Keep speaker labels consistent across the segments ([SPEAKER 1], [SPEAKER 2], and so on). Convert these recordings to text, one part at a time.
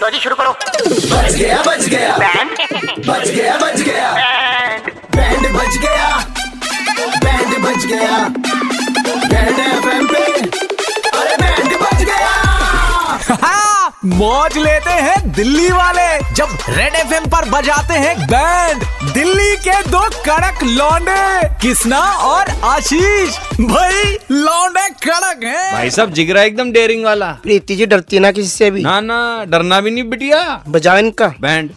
[SPEAKER 1] लो जी शुरू करो
[SPEAKER 2] बच गया बच गया
[SPEAKER 1] बैंड
[SPEAKER 2] बच गया बच गया
[SPEAKER 1] बैंड
[SPEAKER 2] बैंड बच गया बैंड बच गया बैंड एफएम पे अरे बैंड बच गया
[SPEAKER 3] हाँ, मौज लेते हैं दिल्ली वाले जब रेड एफ पर बजाते हैं बैंड दिल्ली के दो कड़क लौंडे किसना और आशीष भाई लौंडे कड़क हैं
[SPEAKER 4] भाई साहब जिगरा एकदम डेयरिंग वाला
[SPEAKER 5] प्रीति जी डरती है ना किसी से भी
[SPEAKER 4] ना ना डरना भी नहीं बिटिया
[SPEAKER 5] बजाओ इनका
[SPEAKER 4] बैंड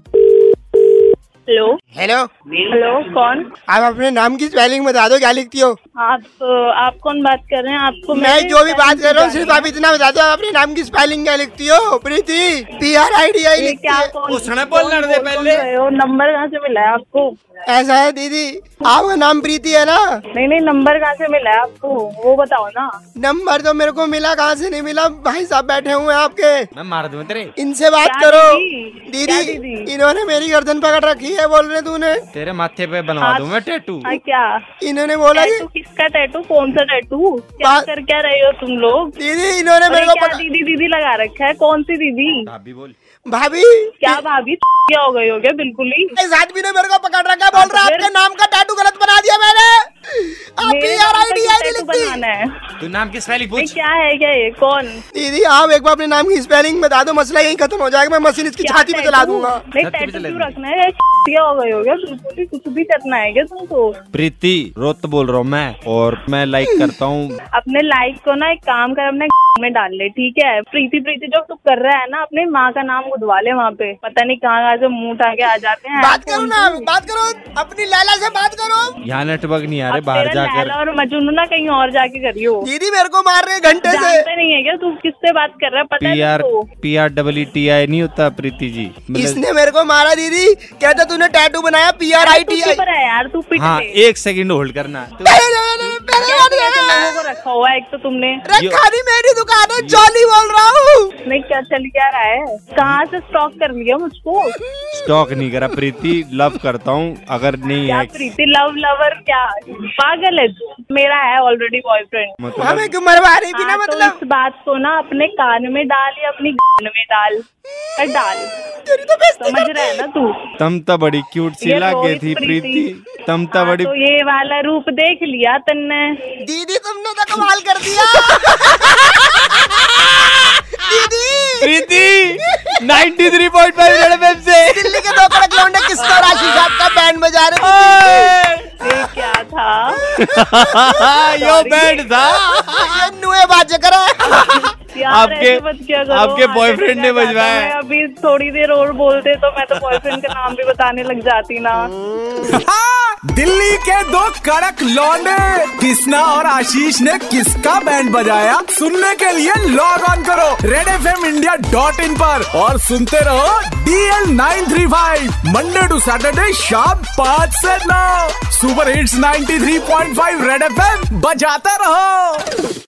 [SPEAKER 6] हेलो
[SPEAKER 5] हेलो
[SPEAKER 6] हेलो कौन
[SPEAKER 5] आप अपने नाम की स्पेलिंग बता दो क्या लिखती हो
[SPEAKER 6] आप आप कौन बात कर रहे हैं आपको
[SPEAKER 5] मैं
[SPEAKER 6] मैंने
[SPEAKER 5] जो भी बात कर रहा हूँ
[SPEAKER 6] जानी
[SPEAKER 5] सिर्फ आप इतना बता दो आप अपने नाम की स्पेलिंग क्या लिखती हो Preeti P R I D I
[SPEAKER 6] है। ये
[SPEAKER 5] लिखती
[SPEAKER 6] क्या
[SPEAKER 5] है
[SPEAKER 6] कौन
[SPEAKER 4] उसने बोलना दे
[SPEAKER 6] कौन बोल
[SPEAKER 4] पहले।
[SPEAKER 6] रहे हो नंबर कहाँ से मिला है आपको
[SPEAKER 5] ऐसा है दीदी आपका नाम प्रीति है ना
[SPEAKER 6] नहीं नहीं नंबर कहाँ से मिला है आपको वो बताओ ना
[SPEAKER 5] नंबर तो मेरे को मिला कहाँ से नहीं मिला भाई साहब बैठे हुए हैं आपके
[SPEAKER 4] मैं मार दूं तेरे
[SPEAKER 5] इनसे बात
[SPEAKER 6] क्या
[SPEAKER 5] करो
[SPEAKER 6] दीदी? क्या
[SPEAKER 5] दीदी
[SPEAKER 6] दीदी?
[SPEAKER 5] इन्होंने मेरी गर्दन पकड़ रखी है बोल रहे तूने
[SPEAKER 4] तेरे माथे पे बनवा दूं मैं टैटू
[SPEAKER 6] हाँ, क्या
[SPEAKER 5] इन्होंने बोला कि
[SPEAKER 6] टैटू किसका टैटू कौन सा टैटू क्या
[SPEAKER 5] बात-
[SPEAKER 6] कर क्या रहे हो तुम लोग
[SPEAKER 5] दीदी इन्होंने
[SPEAKER 6] अरे
[SPEAKER 5] मेरे को
[SPEAKER 6] क्या
[SPEAKER 5] पकड़-
[SPEAKER 6] दीदी दीदी लगा रखा है कौन सी दीदी
[SPEAKER 4] भाभी बोल
[SPEAKER 5] भाभी
[SPEAKER 6] क्या भाभी क्या हो गई हो क्या बिल्कुल ही
[SPEAKER 5] इस आदमी ने मेरे को पकड़ रखा है, बोल रहा है
[SPEAKER 6] फिर?
[SPEAKER 5] आपके नाम का टैटू गलत बना दिया मैंने आप
[SPEAKER 6] मेरे
[SPEAKER 5] भी
[SPEAKER 6] नाम
[SPEAKER 5] यार आईडी
[SPEAKER 6] का
[SPEAKER 5] आई नहीं
[SPEAKER 6] क्यों tattoo तो
[SPEAKER 5] लिखती
[SPEAKER 6] बनाना है
[SPEAKER 4] तू तो नाम की
[SPEAKER 6] ये
[SPEAKER 4] स्पेलिंग पूछ
[SPEAKER 6] क्या है क्या ये कौन
[SPEAKER 5] दीदी आप एक बार अपने नाम की स्पेलिंग बता दो मसला यही खत्म हो जाएगा मैं मशीन इसकी
[SPEAKER 6] क्या
[SPEAKER 5] छाती पे चला
[SPEAKER 6] tattoo?
[SPEAKER 5] दूंगा
[SPEAKER 6] नहीं
[SPEAKER 4] छाती पे
[SPEAKER 6] टैटू क्यों
[SPEAKER 4] चला दूंगा।
[SPEAKER 6] रखना है क्या हो गए हो क्या बिल्कुल भी कुछ भी करना है क्या तुमको
[SPEAKER 4] प्रीति रोत बोल रहा हूँ मैं और मैं लाइक करता हूँ
[SPEAKER 6] अपने लाइक को ना एक काम कर अपने में डाल ले ठीक है प्रीति प्रीति जो तू कर रहा है ना अपने माँ का नाम उधवा ले वहाँ पे पता नहीं कहाँ कहाँ से मुंह उठा के आ जाते हैं
[SPEAKER 5] बात करो ना बात करो अपनी लैला से बात करो
[SPEAKER 4] यहाँ नेटवर्क नहीं आ रहे
[SPEAKER 6] अब
[SPEAKER 4] बाहर
[SPEAKER 6] तेरा
[SPEAKER 4] जाकर
[SPEAKER 6] लैला और मजनू ना कहीं और जाके करियो
[SPEAKER 5] दीदी मेरे को मार रहे हैं घंटे से
[SPEAKER 6] जानते नहीं है क्या तू किससे बात कर रहा है तो। पता
[SPEAKER 4] पी
[SPEAKER 6] है
[SPEAKER 4] आर
[SPEAKER 6] तुमको
[SPEAKER 4] P R double T I नहीं होता प्रीति जी मतलब
[SPEAKER 5] इसने मेरे को मारा दीदी कहता तूने टैटू बनाया P R I
[SPEAKER 6] two
[SPEAKER 5] T I
[SPEAKER 6] super है यार तू पिट
[SPEAKER 4] हाँ
[SPEAKER 6] ले।
[SPEAKER 4] एक सेकंड होल्ड करना तो
[SPEAKER 6] क्या क्या क्या लोगों को रखा हुआ है एक तो तुमने
[SPEAKER 5] रखा नहीं मेरी दुकान है जॉली बोल रहा हूँ
[SPEAKER 6] नहीं क्या चल क्या रहा है कहाँ से स्टॉक कर लिया मुझको
[SPEAKER 4] स्टॉक नहीं करा प्रीति लव करता हूँ अगर नहीं
[SPEAKER 6] क्या
[SPEAKER 4] है
[SPEAKER 6] प्रीति लव लवर क्या पागल है तू मेरा है ऑलरेडी बॉयफ्रेंड
[SPEAKER 4] मतलब
[SPEAKER 5] हमें क्यों मरवा रही
[SPEAKER 6] हाँ,
[SPEAKER 5] बिना
[SPEAKER 6] तो
[SPEAKER 5] मतलब
[SPEAKER 6] इस बात को ना अपने कान में डाल या अपनी गन में डाल पर डाल
[SPEAKER 5] तेरी तो बेइज्जती
[SPEAKER 6] समझ
[SPEAKER 5] कर
[SPEAKER 6] रहा है ना तू
[SPEAKER 4] तमता बड़ी क्यूट सी
[SPEAKER 6] ये
[SPEAKER 4] लागे
[SPEAKER 6] रोहित
[SPEAKER 4] थी
[SPEAKER 6] प्रीति।
[SPEAKER 4] प्रीति तमता
[SPEAKER 6] हाँ,
[SPEAKER 4] बड़ी
[SPEAKER 6] तो ये वाला रूप देख लिया तन्ने
[SPEAKER 5] दीदी तुमने तो कमाल कर दिया दीदी
[SPEAKER 4] प्रीति 93.5 रेड एफएम से
[SPEAKER 5] दिल्ली के दो कड़क लौंडे किसका और आशीष आपका बैंड बजा रहे
[SPEAKER 6] ये क्या था
[SPEAKER 4] हाँ, यो बैंड था
[SPEAKER 5] थे नुए बाजे कर
[SPEAKER 6] यार,
[SPEAKER 4] आपके-
[SPEAKER 6] ऐसे मत किया करो।
[SPEAKER 4] आपके
[SPEAKER 6] आगे
[SPEAKER 4] boyfriend
[SPEAKER 6] तो
[SPEAKER 4] ने
[SPEAKER 6] क्या
[SPEAKER 4] बजवाया
[SPEAKER 6] गाता
[SPEAKER 4] है।
[SPEAKER 6] मैं अभी थोड़ी देर और बोलते तो मैं तो बॉयफ्रेंड का नाम भी बताने लग जाती ना
[SPEAKER 3] हाँ, दिल्ली के दो कड़क लौंडे किसना और आशीष ने किसका बैंड बजाया सुनने के लिए लॉग ऑन करो redfmindia.in पर और सुनते रहो DL935 मंडे टू सैटरडे शाम पाँच से नौ सुपर हिट्स 93.5 रेड एफ बजाते रहो